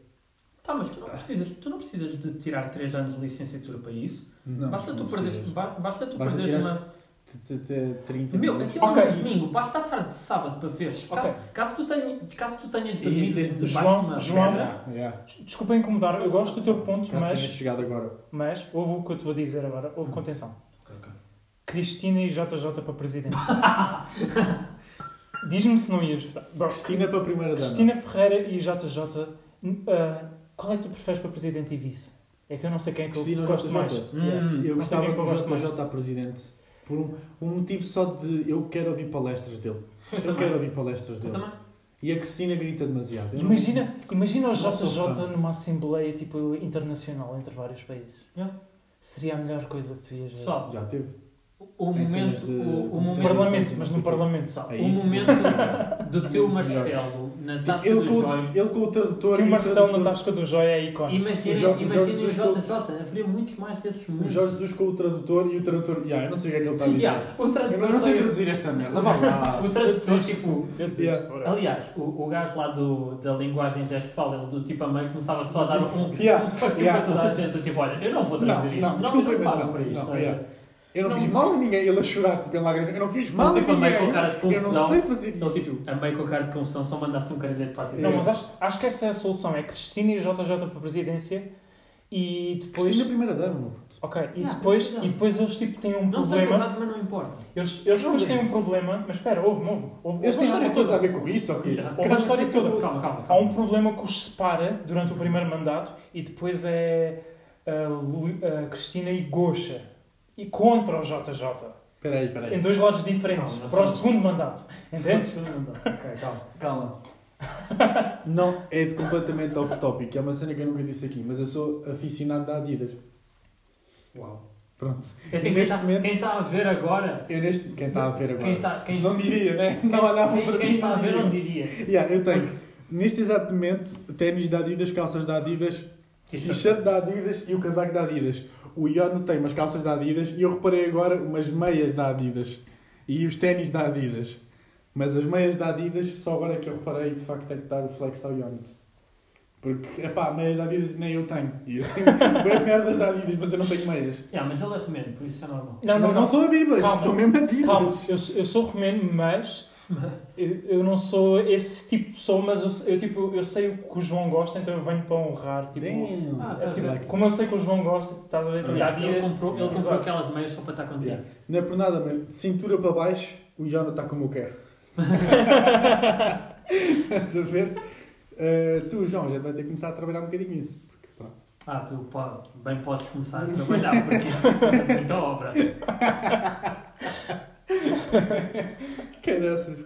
B: Tá, mas tu não precisas, tu não precisas de tirar 3 anos de licenciatura para isso.
C: Não,
B: basta, tu
C: não
B: perderes, um.
C: precisas.
B: ba- basta tu
C: Basta
B: perderes
C: tirar-
B: uma.
C: Te- te- te- 30
B: Meu,
C: minutos.
B: aquilo
A: Ok,
B: é um domingo, basta a tarde de sábado para veres. Caso,
A: Ok.
B: caso, tu, tenhas, caso tu tenhas
C: E
B: dormido
C: tens-
B: debaixo
A: João-
B: de uma
A: João-
B: pedra.
C: Yeah.
A: Des- Desculpa incomodar, eu gosto do teu ponto,
C: Caso tenhas
A: mas,
C: chegado agora.
A: mas houve o que eu te vou dizer agora, houve contenção. Cristina e JJ para presidente. Diz-me se não ias votar. Bro,
C: Cristina é para a primeira dama.
A: Cristina Ferreira e JJ, n- ah, qual é que tu preferes para presidente e vice? É que eu não sei quem é que eu
C: Cristina
A: gosto
C: JJ.
A: mais. Yeah.
B: Hum,
C: Eu
A: Não sei
C: gostava
A: quem
C: que
A: que eu
C: o
A: gosto mais.
C: JJ a presidente. Por um, um motivo só de... Eu quero ouvir palestras dele.
B: Eu
C: Eu quero
B: também.
C: ouvir palestras
B: Eu
C: dele.
B: também.
C: E a Cristina grita demasiado. Eu não-
A: Imagina, imagina o
C: não sou fã.
A: JJ numa assembleia tipo internacional entre vários países.
B: Yeah.
A: seria a melhor coisa que tu ias ver.
B: Pessoal,
C: Já teve.
B: o
C: Em cenas
B: momento, o,
C: de-
B: o
C: de-
A: no
C: Sim.
B: momento,
A: Parlamento, mas no Parlamento.
B: pessoal,
C: É
B: o
C: isso. É
B: momento do teu Marcelo na tasca
C: Ele
B: do
C: com, o,
B: joio.
C: ele com o tradutor.
A: Tem
C: e
A: o
C: o
A: Marcelo na
C: tradutor-
A: tasca do Joia é icónico.
C: Os
B: Imaginem
C: jogos- os
B: imaginem o
C: jogos dos
B: JJ, haveria muitos mais desses
C: O
B: momentos.
C: Jorge Jesus com o tradutor e o tradutor. Ya, eu não sei o que é que ele está a dizer.
B: Yeah, o
C: Eu
B: tradutor
C: não sei
B: saiu-
C: traduzir esta merda. Vá lá.
B: o tradutor, tipo,
A: Eu desisto.
C: Yeah.
A: bora.
B: Aliás, o, o gajo lá do, da linguagem gestual, ele do tipo a meio, começava só a dar um,
C: Yeah,
B: um fuck you
C: yeah.
B: para toda a gente. do Tipo, olha, eu não vou trazer
C: Não,
B: isto.
C: não, desculpem, mas
B: pagam
C: não,
B: para isto.
C: não,
B: tá a ver?
C: yeah. Eu não,
B: Não.
C: fiz mal a ninguém. Ele a chorar, tipo, em lágrimas. Eu não é fiz mal a
B: Tipo, a
C: ninguém.
B: meio com cara de
C: eu
B: confusão.
C: não sei É. fazer
B: Ele,
C: isto.
B: tipo, a meio com a cara de confusão, só mandasse um caralhete para a TV.
A: Não, mas acho, acho que essa é a solução. É Cristina e JJ para a presidência e depois...
C: Isto é a primeira dama, meu puto.
A: Ok, e
B: Não,
A: depois,
B: não.
A: e depois eles tipo têm um
B: Não sei é
A: problema.
B: casado, mas não importa.
A: Eles, eles
C: Não
A: depois têm um
C: disse.
A: problema. Mas espera, houve, houve. Houve a
C: Eles têm
A: história
C: alguma coisa a
A: toda.
C: ver com isso, ok?
B: Yeah.
A: Houve a história toda.
B: Calma, calma.
A: Há um problema que os separa durante o primeiro mandato e depois é a, Lu- a Cristina e Gocha. E contra o JJ.
C: Peraí, peraí.
A: Em dois lados diferentes.
B: Não, não
A: para o
B: sei.
A: segundo mandato. Entendes?
B: Ok, calma.
C: Calma. Não, é de completamente off topic. É uma cena que eu nunca disse aqui, mas eu sou aficionado da Adidas.
B: Uau.
C: Pronto.
B: É assim,
C: E
B: quem
C: neste
B: está
C: momento-
B: quem tá a ver agora,
C: Eu neste. Quem está a ver agora?
B: quem está quem,
C: Não diria, né?
B: quem-
C: não olhava
B: quem-
C: para
B: quem
C: mim,
B: está a ver
C: diria.
B: não diria.
C: Yeah, eu tenho. Neste exato momento, ténis da Adidas, calças da Adidas,
B: T-shirt.
C: t-shirt da é Adidas e o casaco da Adidas. O Iano tem umas calças da Adidas e eu reparei agora umas meias da Adidas. E os ténis da Adidas. Mas as meias da Adidas, só agora é que eu reparei, de facto, tem que dar o flex ao Iano. Porque, epá, meias da Adidas nem eu tenho. E eu tenho bem merdas da Adidas, mas eu não tenho meias.
B: Yeah, mas ele é remendo, por isso é normal.
A: Não, não,
C: Mas não
A: não.
C: são Adidas,
A: Calma.
C: são mesmo Adidas.
A: Calma, eu, sou- eu sou romeno, mas eu, eu não sou esse tipo de pessoa, mas eu, se- eu, tipo, eu sei o que o João gosta, então eu venho para honrar. Tipo,
C: Damn.
B: Ah, tá
C: Tipo,
B: bem.
A: como eu sei que o João gosta, estás a ver?
B: Ah, Ele
A: E há dias-
B: comprou, ele comprou
A: Exato.
B: aquelas meias só para estar contigo.
C: Yeah. Não é por nada, mas de cintura para baixo, o Iano está como eu quero. Estás a ver? Uh, tu, João, já vai ter que começar a trabalhar um bocadinho isso. Porque, pronto.
B: Ah, tu pá, bem podes começar a trabalhar porque isto precisa de muita obra.
C: Que dessas?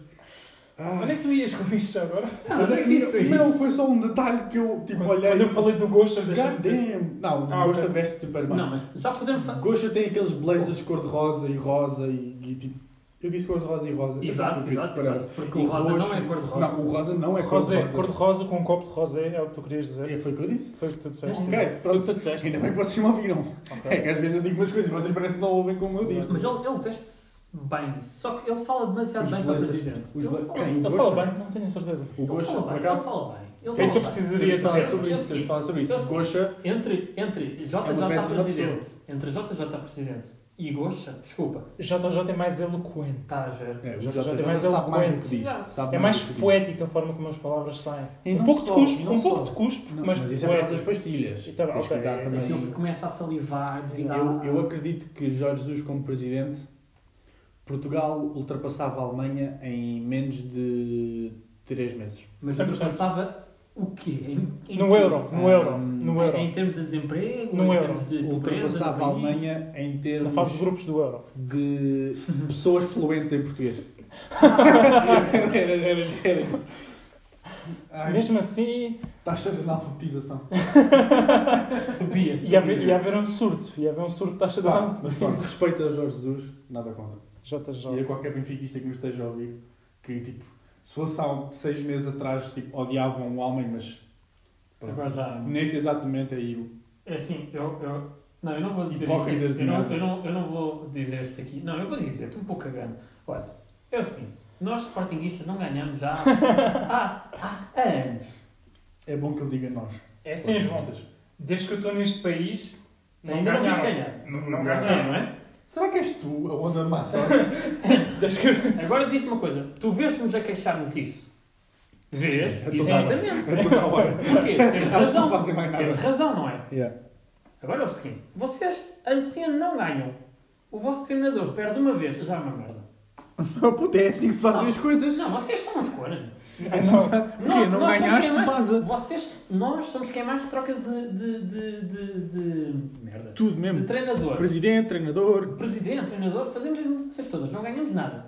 C: Ah,
A: Onde é que tu ias com isto já agora?
C: mas é que- não, foi só um detalhe que eu tipo, olhei.
A: Quando eu falei do gosto,
C: God
A: deixa-me
C: damn. Não, o
A: Ah,
C: Gosta
A: ok.
C: veste super bem.
B: Não, mas já podemos falar.
C: Gosta tem aqueles blazers cor-de-rosa e rosa e, e, tipo. Eu disse cor-de-rosa e rosa. Eu
B: Exato,
C: sei,
B: exato,
C: whatever.
B: exato. Porque o
C: E
B: rosa não
C: roxo.
B: é cor de rosa.
C: Não, o rosa não é
A: Rosé,
C: cor-de-rosa.
A: cor-de-rosa com um copo de rosé, é o que tu querias dizer.
C: É, Foi o que eu disse.
A: Foi o que tu disseste.
C: Ok,
A: Foi o que
C: pronto.
A: tu disseste.
C: Ainda bem que vocês me ouviram. É
A: Ok.
C: que às vezes eu digo umas coisas e vocês parecem que não ouvem como eu disse.
B: Mas ele, ele veste-se bem, só que ele fala demasiado
C: Os
B: bem para o
C: blazers-
B: presidente.
C: os
B: ele
C: bla-
B: fala
C: quem?
B: bem.
A: Ele
C: Gosto.
A: fala bem, não tenho a certeza.
C: O
B: Ele
C: Gosha,
B: fala
C: por
A: então.
B: bem, ele
C: acaso,
B: fala bem. Ele
A: É isso que eu
B: fala bem.
A: precisaria de
C: falar
A: ver.
C: sobre
B: Eu
C: isso.
B: sei.
C: Temos de falar sobre
A: Então
B: Eu
C: isso.
B: sei.
C: Gosha,
B: Entre, entre
C: É uma
B: JJ
C: péssima
B: presidente, entre JJ presidente e Gocha, desculpa,
A: JJ é mais eloquente.
B: está a ver.
C: é, o
A: Já- já
C: JJ
A: tem mais
C: sabe mais do que
A: eloquente.
C: diz.
B: Já.
C: sabe
A: É mais
C: do que diz.
A: poética a forma como as palavras saem.
C: E
A: um
C: não
A: pouco
C: só,
A: de cuspo,
C: e não
A: um pouco
C: só.
A: de cuspo,
C: Não,
A: mas,
C: mas isso é por causa das
A: poético.
C: pastilhas.
A: E tá bem,
C: Tens que
A: ok,
C: cuidar
A: é-
C: também.
B: Ele se começa a salivar, virar.
C: Eu, eu acredito que Jorge Jesus, como presidente, Portugal ultrapassava a Alemanha em menos de 3 meses.
B: Mas
A: 100%.
B: eu pensava o quê? Em- em
A: No
B: quê?
A: euro, no euro,
C: Hum,
A: no euro.
B: Em termos de desemprego,
A: No
B: em
A: euro.
B: termos de pobreza,
C: Ultrapassava a
B: no país?
C: Alemanha em
A: Na
C: termos
A: fase de grupos do euro.
C: de pessoas fluentes em português. era, era, era isso. Ai,
A: Mesmo assim,
C: Taxa de analfabetização.
B: Subia, subia.
C: é
A: ia haver, ia haver um surto. Ia haver um surto de taxa de
C: Claro,
A: ano.
C: mas pronto, respeito a Jorge Jesus, nada contra. E a
A: JJ.
C: qualquer benfiquista que nos esteja a ouvir, que tipo, se fosse há um- seis meses atrás, tipo, odiavam o homem, mas. pronto.
B: Agora já.
C: Neste exato momento é ele.
B: É assim, eu, eu- Não, eu não vou dizer isto.
C: Hipócritas
B: aqui.
C: de
B: Eu não,
C: merda.
B: eu, não, eu não vou dizer isto aqui. Não, eu vou dizer, estou um pouco cagando. Olha, é o seguinte: nós sportinguistas não ganhamos já há, há anos.
C: É bom que ele diga nós.
A: É assim, João. Desde que eu estou neste país, não
B: Ainda não viste
A: ganharam.
B: ganhar.
A: Não,
C: Não
A: não
B: Não,
A: ganharam.
B: não é?
C: Será que és tu a onda de má sorte?
A: Desde que eu-
B: Agora diz-me uma coisa: tu vês-nos a queixarmos disso? Vês?
C: Sim, é total.
B: Exatamente.
C: É toda a hora.
B: Porquê? Temos
C: Elas não
B: razão.
C: fazem mais
B: Temos
C: nada.
B: razão, não é?
C: Yeah.
B: Agora é o seguinte: vocês, assim, não ganham. O vosso treinador perde uma vez, já é uma merda.
C: Puta, é assim que se fazem
B: Não.
C: as coisas. É assim
B: Não, vocês são os cores, meu.
A: Ah, não.
C: Porquê?
B: Ah.
C: Não
B: nós somos
C: ganhaste,
B: quem mais-
C: vaza.
B: Vocês, nós somos quem mais troca de. de. de. de. de merda.
C: Tudo
B: De
C: mesmo.
B: treinador.
C: Presidente, treinador.
B: Presidente, treinador, fazemos as mudanças todas, não ganhamos nada.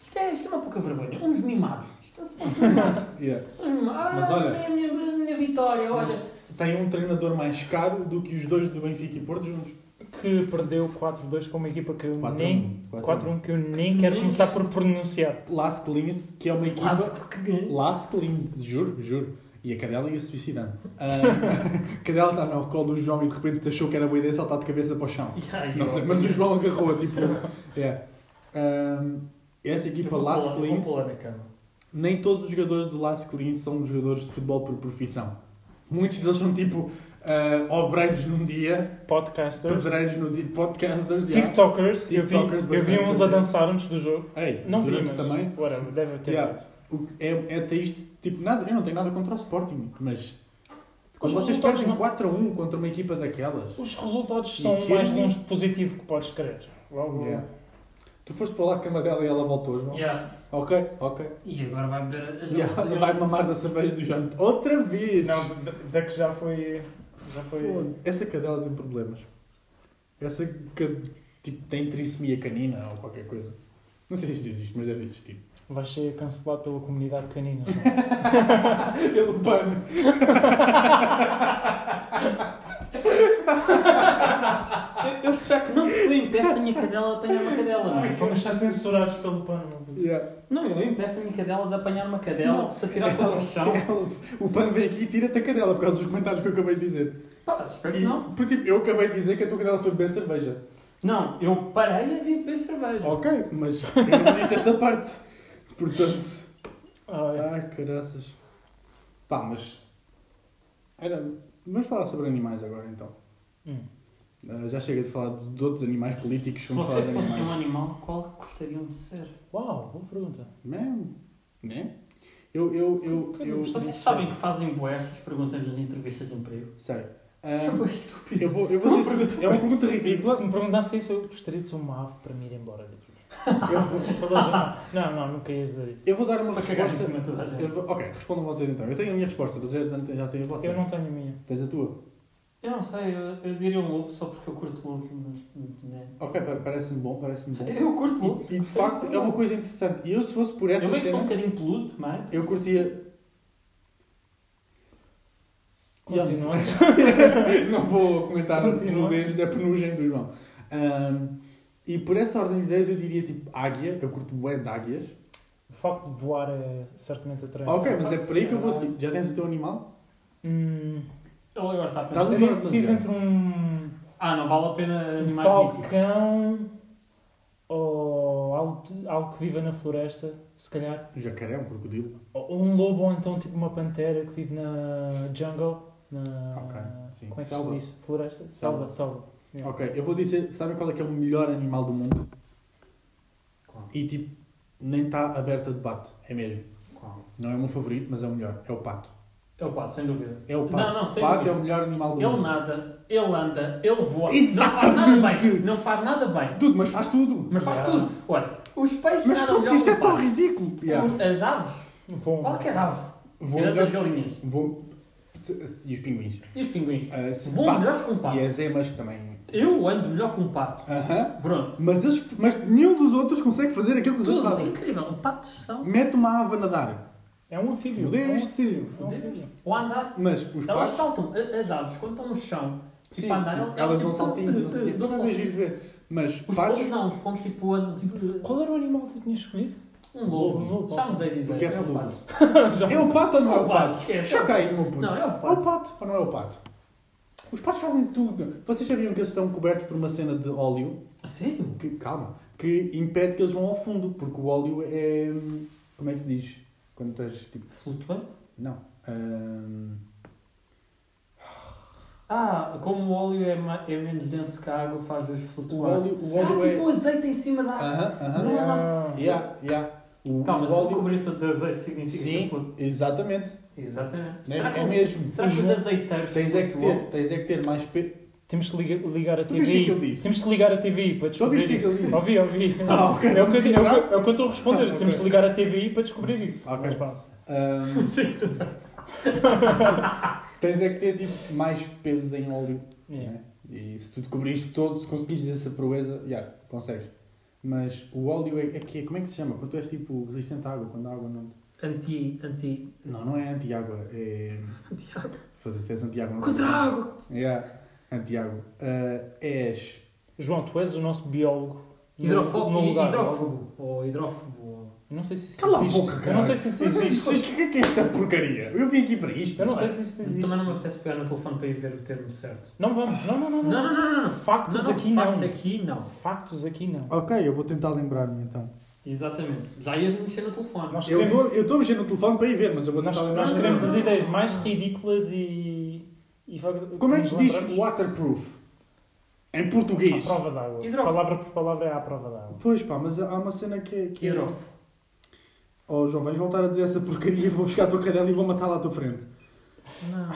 B: Isto é, isto é uma pouca vergonha. Uns mimados. Isto são uns mimados.
C: Yeah.
B: São uns mimados.
C: Mas
B: Ah,
C: olha-
B: tem a minha, a minha vitória, olha.
C: Tem um treinador mais caro do que os dois do Benfica e Porto juntos.
A: que perdeu 4-2 com uma equipa que eu nem.
C: 4-1. 4-1.
A: 4-1 que eu nem
B: Tu
A: quero
B: nem
A: começar
B: queres.
A: por pronunciar.
C: Las Clines, que é uma equipa.
B: Quase que ganhei.
C: Las Clines, juro, juro. E a cadela ia se suicidando. Ah, a cadela está no colo do João e de repente achou que era boa ideia saltar de cabeça para o chão.
B: Yeah,
C: Não sei,
B: eu-
C: mas o João agarrou, tipo. é. Ahm, essa
B: Eu
C: equipa,
B: vou
C: Las
B: pular- eu
C: Clines,
B: Vou pular na cama.
C: nem todos os jogadores do Las Clins são jogadores de futebol por profissão. Muitos deles são tipo ah, obreiros num dia,
A: Podcasters,
C: pedreiros no dia, podcasters e
A: TikTokers, eu vi,
C: TikTokers
A: eu vi
C: bastante
A: uns a
C: também.
A: dançar antes do jogo.
C: Ei,
A: Não vi,
C: durante
A: mas
C: também.
A: whatever, deve ter.
C: Yeah.
A: visto.
C: O que É, é triste, tipo, nada, eu não tenho nada contra o Sporting, mas quando
A: Os
C: vocês
A: resultados
C: perdem
A: não-
C: 4 a 1 contra uma equipa daquelas,
A: Os resultados
C: E
A: são
C: que
A: mais
C: é-
A: longe de positivo que podes querer. Logo,
B: é.
C: yeah. tu foste para lá com a Magala e ela voltou, João.
B: Yeah.
C: Ok, ok.
B: E agora vai beber as
C: Yeah,
B: outras-
C: vai mamar da cerveja do Jante outra vez!
A: Não, da, da que já foi. Já foi.
C: Foda. Essa cadela tem problemas. Essa ca- tipo, tem trissomia canina ou qualquer coisa. Não sei se isso existe, mas deve existir.
A: Vai ser cancelado pela comunidade canina.
C: Ele pano.
B: Eu, eu espero que não eu impeça a minha cadela de apanhar uma cadela. não é?
A: Vamos ser censurados pelo pano. não é?
C: Yeah.
B: Não, eu impeço a minha cadela de apanhar uma cadela,
C: Não.
B: de se atirar contra o chão.
C: Ele- o pano vem aqui e tira-te a cadela por causa dos comentários que eu acabei de dizer.
B: Pá, espero que
C: E,
B: não.
C: Porque tipo, eu acabei de dizer que a tua cadela foi beber cerveja.
B: Não, eu parei de beber cerveja.
C: Ok, mas eu não disse essa parte. Portanto.
A: Ai,
C: Ai, caraças. Pá, mas. Era... Vamos falar sobre animais agora então.
A: hum.
C: Ah, já chega de falar de de outros animais políticos,
B: Se
C: vamos falar
B: você
C: de
B: fosse um
C: animais.
B: animal, qual gostariam de ser?
A: Uau, boa pergunta.
C: um Mesmo, né? Eu. Eu. Eu. eu,
A: Não
B: Vocês sabem que fazem bué estas perguntas nas entrevistas de emprego?
C: Sei.
B: É
C: Ah,
B: bué estúpido.
C: eu vou, eu vou dizer. É uma pergunta ridícula.
A: Se me perguntasse isso, eu gostaria de ser uma ave para me ir embora daqui. Toda a gente- não, não, nunca ias dizer isso.
C: Eu vou dar uma
B: Para cagar em
C: resposta.
B: cima de toda a gente.
C: Eu vou- Ok, respondam vocês então. Eu tenho a minha resposta, vocês já têm a vossa.
A: Eu não tenho a minha.
C: Tens a tua?
B: Eu não sei, eu, eu diria um lobo só porque eu curto lobo, mas. Né?
C: Ok, pa- parece-me bom, parece-me bom.
B: Eu curto lobo.
C: E, e de facto é uma coisa interessante. E eu se fosse por essa
B: Eu meio que sou um
C: cena,
B: bocadinho peludo também.
C: eu curtia.
A: Continuando.
C: é? não vou comentar a
A: Continua.
C: peludez da penugem do João. Ahm, e por essa ordem de ideias eu diria tipo águia, eu curto bué de águias.
A: O facto de voar é certamente atraente.
C: ok, mas é por aí que eu vou seguir. Já tens o teu animal?
A: Hum,
B: Ele agora está a
C: Tá
B: pensar.
C: bem.
A: estaria indeciso entre um
B: Ah, não vale a pena
A: um
B: animais míticos.
A: falcão ou algo, algo que viva na floresta, se calhar.
C: Um jacaré, um crocodilo.
A: Ou um lobo ou então tipo uma pantera que vive na jungle. Na...
C: Ok, sim.
A: Como é que
C: Selva.
A: se diz? Floresta? Selva, selva.
B: É.
A: Yeah.
C: Ok, eu vou dizer, sabem qual é que é o melhor animal do mundo?
B: Qual?
C: E tipo, nem está aberto a debate, é mesmo.
B: Qual?
C: Não é o meu favorito, mas é o melhor. É o pato.
B: É o pato, sem dúvida.
C: É o pato.
B: Não, não, sem
C: pato
B: dúvida.
C: é o melhor animal do
B: Ele
C: mundo.
B: nada, ele anda, ele voa. Não faz nada
C: Exatamente.
B: bem. Não faz nada bem.
C: Tudo, mas faz tudo.
B: Mas faz
A: Yeah.
B: tudo. Olha, os peixes
C: Mas
B: nada
C: tudo,
B: melhor
C: isto é
B: que o
C: tão
B: pato.
C: ridículo. Yeah.
B: As aves,
A: Bom,
B: qualquer ave,
C: Vou
B: tirando as
C: melhor...
B: galinhas
C: Vou... E os pinguins.
B: e os pinguins,
C: Ah, se-
B: voam
C: vá.
B: melhor que um pato.
C: E as emas que também.
B: Eu ando melhor que um pato.
C: Aham.
B: Pronto,
C: Mas, eles- mas nenhum dos outros consegue fazer aquilo que os outros
B: tudo é
C: fazem.
B: incrível. Patos são.
C: Mete uma ave a nadar.
A: é um anfíbio.
C: Fudeste.
A: É um anfíbio.
B: O andar,
C: Mas
B: elas
C: os patos...
B: saltam. A- As aves, quando estão no chão,
C: Sim,
B: para andar, elas-
C: elas
B: elas
C: dão
B: tipo-
C: saltinhos, não sei o quê.
B: dão
C: Mas é
B: saltinhos.
C: giro de ver. Mas
B: os
C: patos...
B: patos não, os pomos tipo andam tipo.
A: Qual era o animal que tu tinhas escolhido?
B: Um lobo.
A: Um lobo.
B: Já me dei de ideia.
C: Porque é
B: é um
C: peludo.
B: pato.
C: É o pato ou não é
B: É
C: o
B: o pato,
C: pato?
B: esquece.
C: Já cai no meu puto.
B: Não, é o pato.
C: É o pato ou não é o pato? Os patos fazem tudo. Vocês sabiam que eles estão cobertos por uma cena de óleo?
B: A sério?
C: que, calma, que impede que eles vão ao fundo, porque o óleo é. Como é que se diz? Quando tu és tipo.
B: Flutuante?
C: Não. Ahm,
B: Ah, como o óleo é, ma- é menos denso que a água, faz-os
C: o
B: flutuar.
C: óleo, o
B: ah,
C: óleo é.
B: tipo azeite em cima da água.
C: Aham, aham.
A: Não.
B: Nossa!
C: Yeah, yeah. O,
B: Calma,
C: o
B: se eu
C: óleo.
B: cobrir tudo de azeite significa que
C: Sim,
B: flutua.
C: exatamente.
B: Exatamente.
C: É,
B: será que,
C: é
B: o-
C: mesmo.
B: será que os
A: João-
B: azeiteiros
C: Tens é, que
B: flutuam?
C: ter, tens é que ter mais peso.
A: Temos que ligar, ligar a
C: Tu viste o que ele
A: TV.
C: disse?
A: Temos que ligar a TV para
C: Tu ouviste o
A: descobrir
C: que
A: isso.
C: ele disse?
A: Ouvi, ouvi.
C: Ah, ok,
A: É o que
C: vamos
A: eu- é o
C: ignorar.
A: que- é o que eu estou a responder.
C: Ok.
A: Temos que ligar a TVI para descobrir isso.
C: Ok.
A: Mas pronto.
C: Ahm, tens é que ter tipo, mais peso em óleo.
A: Yeah.
C: né? E se tu cobrires todo, se conseguires essa proeza, já, consegues. Mas o óleo é, é que é- como é que se chama? Quando tu és tipo resistente à água, quando a água não.
B: Anti, anti,
C: Não, não é anti-água, é.
B: anti água.
C: Foda-se, és anti-água. não
B: Contra a água!
C: Yeah. Santiago, ah, és
A: João, tu és o nosso biólogo. no-
B: Hidrofóbico.
A: no lugar.
B: hidrófobo. Ou hidrófobo. ou-
A: Eu não sei se isso
C: Cala a
A: existe.
C: boca, cara.
A: eu não sei se isso
C: Mas, mas, mas,
A: existe.
C: O que é que é esta porcaria? Eu vim aqui para isto.
A: Eu não
C: pá.
A: sei se isso existe.
B: Também não me apetece pegar no telefone para ir ver o termo certo.
A: Não vamos. Não, não, não.
B: Não,
A: não.
B: não, não, não. não.
A: Factos
B: não, não,
A: aqui
B: factos
A: não.
B: aqui não.
A: Factos aqui não.
D: Ok, eu vou tentar lembrar-me então.
B: Exatamente. Já ias mexer no telefone.
A: Nós
C: Eu
A: queremos,
C: estou- eu estou a mexer no telefone para ir ver, mas eu vou
A: nós,
C: tentar
A: nós
C: lembrar.
A: queremos
B: não,
A: as
B: não,
A: ideias
B: não.
A: mais ridículas e. e vaga-
C: Como é que se diz
A: lembramos?
C: waterproof? Em
A: À
C: português.
A: prova d'água.
B: Hidrófobo.
A: Palavra por palavra é à prova d'água.
C: Pois pá, mas há uma cena que é. Que é-
B: Hidrófobo.
C: Oh João, vais voltar a dizer essa porcaria, vou buscar a tua cadela e vou matá-la à tua frente.
B: Não.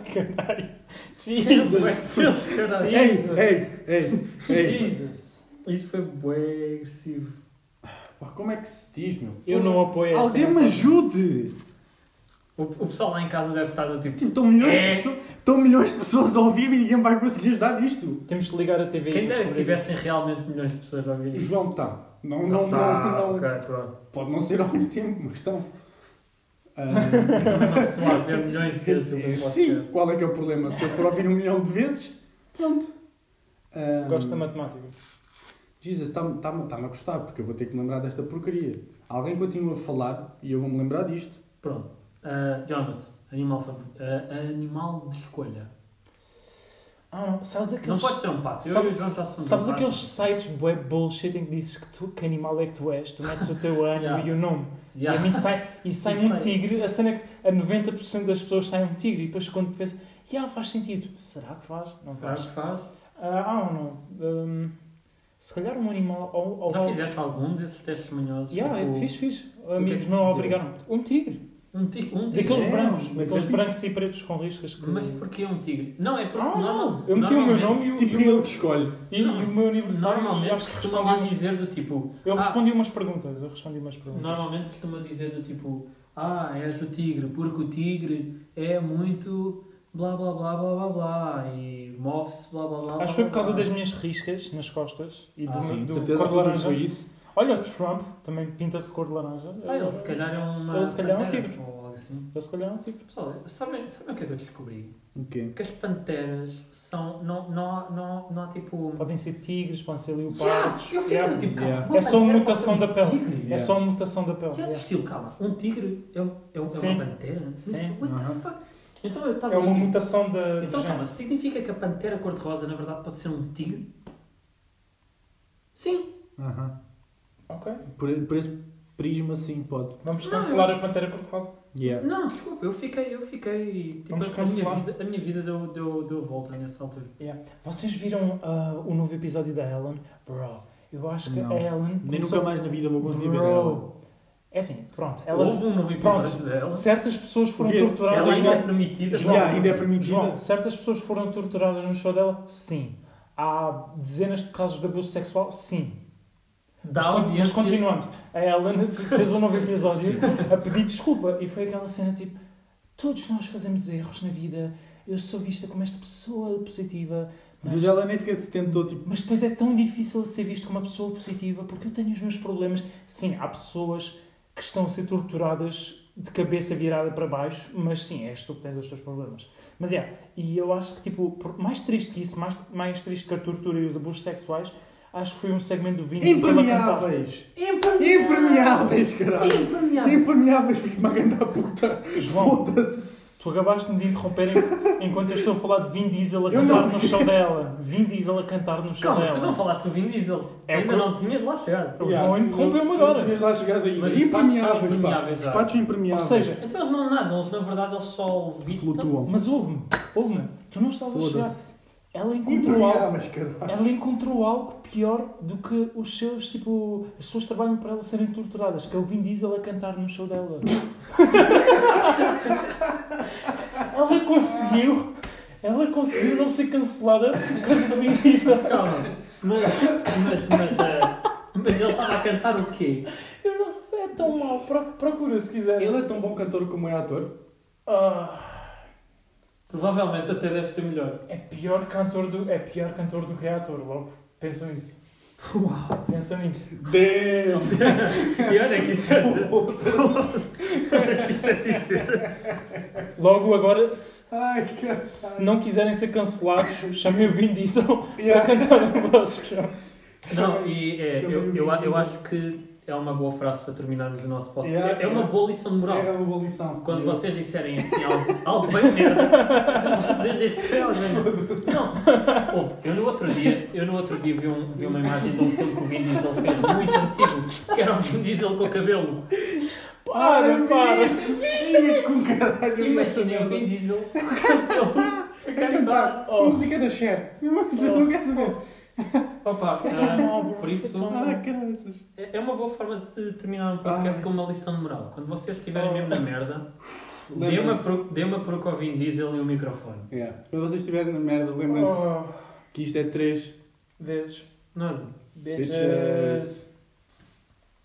A: Caralho. Jesus.
B: Jesus, caralho.
A: Jesus.
C: Ei, ei, ei, ei.
A: Jesus.
B: Isso foi bué agressivo.
C: Pá, como é que se diz, meu?
A: Eu não apoio essa
C: Alguém me
A: mensagem.
C: ajude!
B: O, o pessoal lá em casa deve estar do tipo.
C: Tipo, estão milhões,
B: É.
C: de pessoas, estão milhões de pessoas a ouvir e ninguém vai conseguir ajudar nisto.
A: Temos de ligar a TV
B: Quem
A: para
B: dera que
A: descobrir
B: tivessem realmente milhões de pessoas a ouvir isto.
C: João, está. Não, não, não,
B: Tá,
C: não.
B: ok, pronto.
C: Pode não ser ao mesmo tempo, mas estão. Ah,
B: Tem uma pessoa a ver milhões de vezes o mesmo
C: Sim,
B: podcast.
C: qual é que é o problema? Se eu for ouvir um milhão de vezes, pronto. Ah,
A: isso.
C: Ahm,
A: Gosto da matemática.
C: Jesus, está-me está a gostar, porque eu vou ter que me lembrar desta porcaria. Alguém continua a falar e eu vou-me lembrar disto.
B: Pronto. Ah, Jonathan, animal favorito. Ah, animal de escolha.
A: Ah, não. Sabes
B: Não
A: aqueles.
B: pode ser um pato. Eu
A: Sabe-
B: e o João já somos
A: Sabes
B: um pato.
A: aqueles sites bué bullshit em que dizes que, tu, que animal é que tu és? Tu metes o teu ano
B: Yeah.
A: e o nome. E a
B: Yeah.
A: mim sai, e sai
B: E
A: um
B: sai.
A: tigre. A cena é que a 90% das pessoas sai um tigre. E depois quando pensas, yeah, faz sentido. Será que faz? Não
B: Será
A: faz.
B: que faz?
A: Ah, ah, ou não. Hum, se calhar um animal... Ou, ou,
B: Já fizeste algum desses testes manhosos?
A: Yeah, é
B: Tipo,
A: fiz, fiz.
B: que é
A: Amigos
B: que
A: não
B: se
A: a
B: deu?
A: obrigaram. Um tigre.
B: Um tigre. Um tigre.
A: Daqueles
C: É,
A: brancos.
C: mas
A: Daqueles
C: é fixe.
A: brancos e pretos com riscas. Que...
B: Mas porquê um tigre? Não, é porque.
A: Ah,
B: normal-
A: não. Eu meti o meu
B: normalmente-
A: nome e, o-
C: Tipo,
A: e,
C: ele
A: o-
C: que escolhe.
A: e o- e o meu aniversário. e
B: Normalmente
A: acho que
B: costuma alguém
A: respondi...
B: dizer Ah. do tipo.
A: Eu
B: Ah.
A: respondi umas perguntas. Eu respondi umas perguntas.
B: Normalmente costuma dizer do tipo. Ah, és o tigre, porque o tigre é muito. blá blá blá blá blá blá. E move-se blá blá blá. blá,
A: Acho que foi por
B: blá,
A: causa
B: blá.
A: das minhas riscas nas costas e do,
B: Ah,
A: meu-
B: sim,
A: do
C: é? certeza
A: cor de um
C: absoluta que
A: laranja.
C: foi isso.
A: Olha, o Trump também pinta-se de cor de laranja.
B: Ah, ele se calhar é uma.
A: Ele se calhar é um
B: pantera,
A: tigre.
B: Ou algo assim.
A: Ele se calhar é um tipo.
B: Pessoal, sabem sabem o que é que eu descobri?
C: O quê?
B: Que as panteras são. Não, não, não, não há tipo.
A: Podem ser tigres, podem ser
B: Yeah,
A: leopardos.
B: eu fico
A: Yeah.
B: tipo,
C: Yeah.
B: calma,
A: É só uma
B: pantera
A: mutação
B: pode ser
A: da
B: um
A: pele.
B: tigre.
A: É só uma mutação da pele.
B: Que é do
A: yeah.
B: estilo, calma, um tigre é, um, é, um, é
A: Sim.
B: uma pantera? Mas
A: Sim.
B: What the
C: Aham.
B: fuck? Então eu estava.
A: É uma mutação da. do
B: Então calma,
A: género.
B: significa que a pantera cor-de-rosa na verdade pode ser um tigre? Sim.
C: Aham.
A: Ok.
C: Por, por esse prisma, sim, pode.
A: Vamos
B: Não,
A: cancelar a pantera cor-de-rosa.
C: Yeah.
B: Não, desculpa, eu fiquei, eu fiquei. Tipo,
A: Vamos
B: a, minha
A: cancelar.
B: vida, a minha vida deu, deu, deu volta nessa altura.
A: Vocês viram ah, o novo episódio da Ellen? Bro, eu acho que
C: Não.
A: a Ellen.
C: Nem
A: começou-
C: nunca mais na vida vou conseguir ver ela.
A: Bro. É assim, pronto. Ela...
B: Houve um novo
A: Pronto.
B: episódio dela.
A: Certas pessoas foram
C: Vê,
A: torturadas.
B: Ela ainda
A: não-
B: é permitida.
A: João,
C: Yeah, ainda é permitido.
A: João, certas pessoas foram torturadas no show dela? Sim. Há dezenas de casos de abuso sexual? Sim.
B: Dá
A: mas, con-
B: audiência.
A: mas continuando, a Ellen fez um novo episódio a pedir desculpa e foi aquela cena tipo: todos nós fazemos erros na vida, eu sou vista como esta pessoa positiva, mas,
C: Mas ela nem sequer se tentou, tipo.
A: mas depois é tão difícil ser visto como uma pessoa positiva porque eu tenho os meus problemas. Sim, há pessoas que estão a ser torturadas de cabeça virada para baixo, mas sim, és tu que tens os teus problemas. Mas é, e eu acho que, tipo, por- mais triste que isso, mais, mais triste que a tortura e os abusos sexuais, acho que foi um segmento do Vini que soube alcançar.
C: Impermeáveis!
B: Impermeável!
C: Impermeáveis, caralho!
B: Impermeável!
C: Impermeáveis, fiz-me a grande puta!
A: João,
C: Foda-se!
A: tu acabaste-me de interromper en- enquanto eu estou a falar de Vin Diesel a
C: Eu
A: cantar
C: não-
A: no show dela. Vin Diesel a cantar no show
B: Calma, tu
A: dela.
B: não falaste do Vin Diesel.
A: É o
B: ainda
A: que-
B: não tinhas lá chegado.
A: O João interrompeu-me
C: Tu- tu
A: agora.
C: Tinhas lá chegado aí.
B: Mas os patos são
C: impermeáveis, pá.
B: impermeáveis,
C: Os
B: já.
C: patos são impermeáveis.
A: Ou seja,
B: Então eles não nadam, eles na verdade eles só Então, levitam.
C: flutuam.
A: Mas ouve-me, ouve-me, tu não estás a chegar.
C: Foda-se.
A: Ela encontrou algo.
C: Impermeáveis, caralho.
A: Ela encontrou algo pior do que os seus, tipo, as pessoas trabalham para ela serem torturadas, que é o Vin Diesel a cantar no show dela. ela conseguiu, ela conseguiu não ser cancelada por causa do Vin Diesel.
B: Calma, mas, mas, mas, eh, mas ele estava a cantar o quê?
A: Eu não sei, é tão mau, Pro- procura se quiser.
C: Ele é tão bom cantor como é ator.
A: Ah,
B: Provavelmente até deve ser melhor.
A: é pior cantor do, é pior cantor do que ator, logo. Pensa nisso.
B: Uau!
A: Pensa nisso.
C: Damn!
B: E olha que isso é. Isso é dizer.
A: Logo agora, se,
C: Ai, que
A: se não quiserem ser cancelados, chamem o Vin Diesel para
C: Yeah.
A: cantar um no vosso show.
B: Não, e é,
C: Chamei
B: eu,
C: o
B: eu, a- eu
C: Vin
B: acho que é uma boa frase para terminarmos o nosso podcast.
C: Yeah,
B: é, é uma
C: yeah.
B: boa lição de moral.
C: É uma boa lição.
B: Quando
C: Yeah.
B: vocês disserem assim algo, algo bem merda, quando vocês disserem algo bem merda. Não, Ouve, eu no outro dia, eu no outro dia vi, um- vi uma imagem de um filme que o Vin Diesel fez muito antigo, que era o Vin Diesel com o cabelo.
A: Para, para!
C: Ih, Com caralho.
B: Imaginem o Vin Diesel com o cabelo a cantar.
A: Oh.
C: Música da Cher. Mas eu não quero saber.
B: Opa, ah, por isso
C: Ah, caralho.
B: é é uma boa forma de terminar um podcast
C: Ai.
B: com uma lição de moral. Quando vocês estiverem mesmo na merda, dê uma,
C: Lembra-se.
B: peru- dê uma peruca ao Vin Diesel e um microfone.
C: Yeah. Quando vocês estiverem na merda, lembrem-se
A: Oh,
C: que isto é 3
A: vezes.
B: Nada.
A: Bitches.
C: bitches.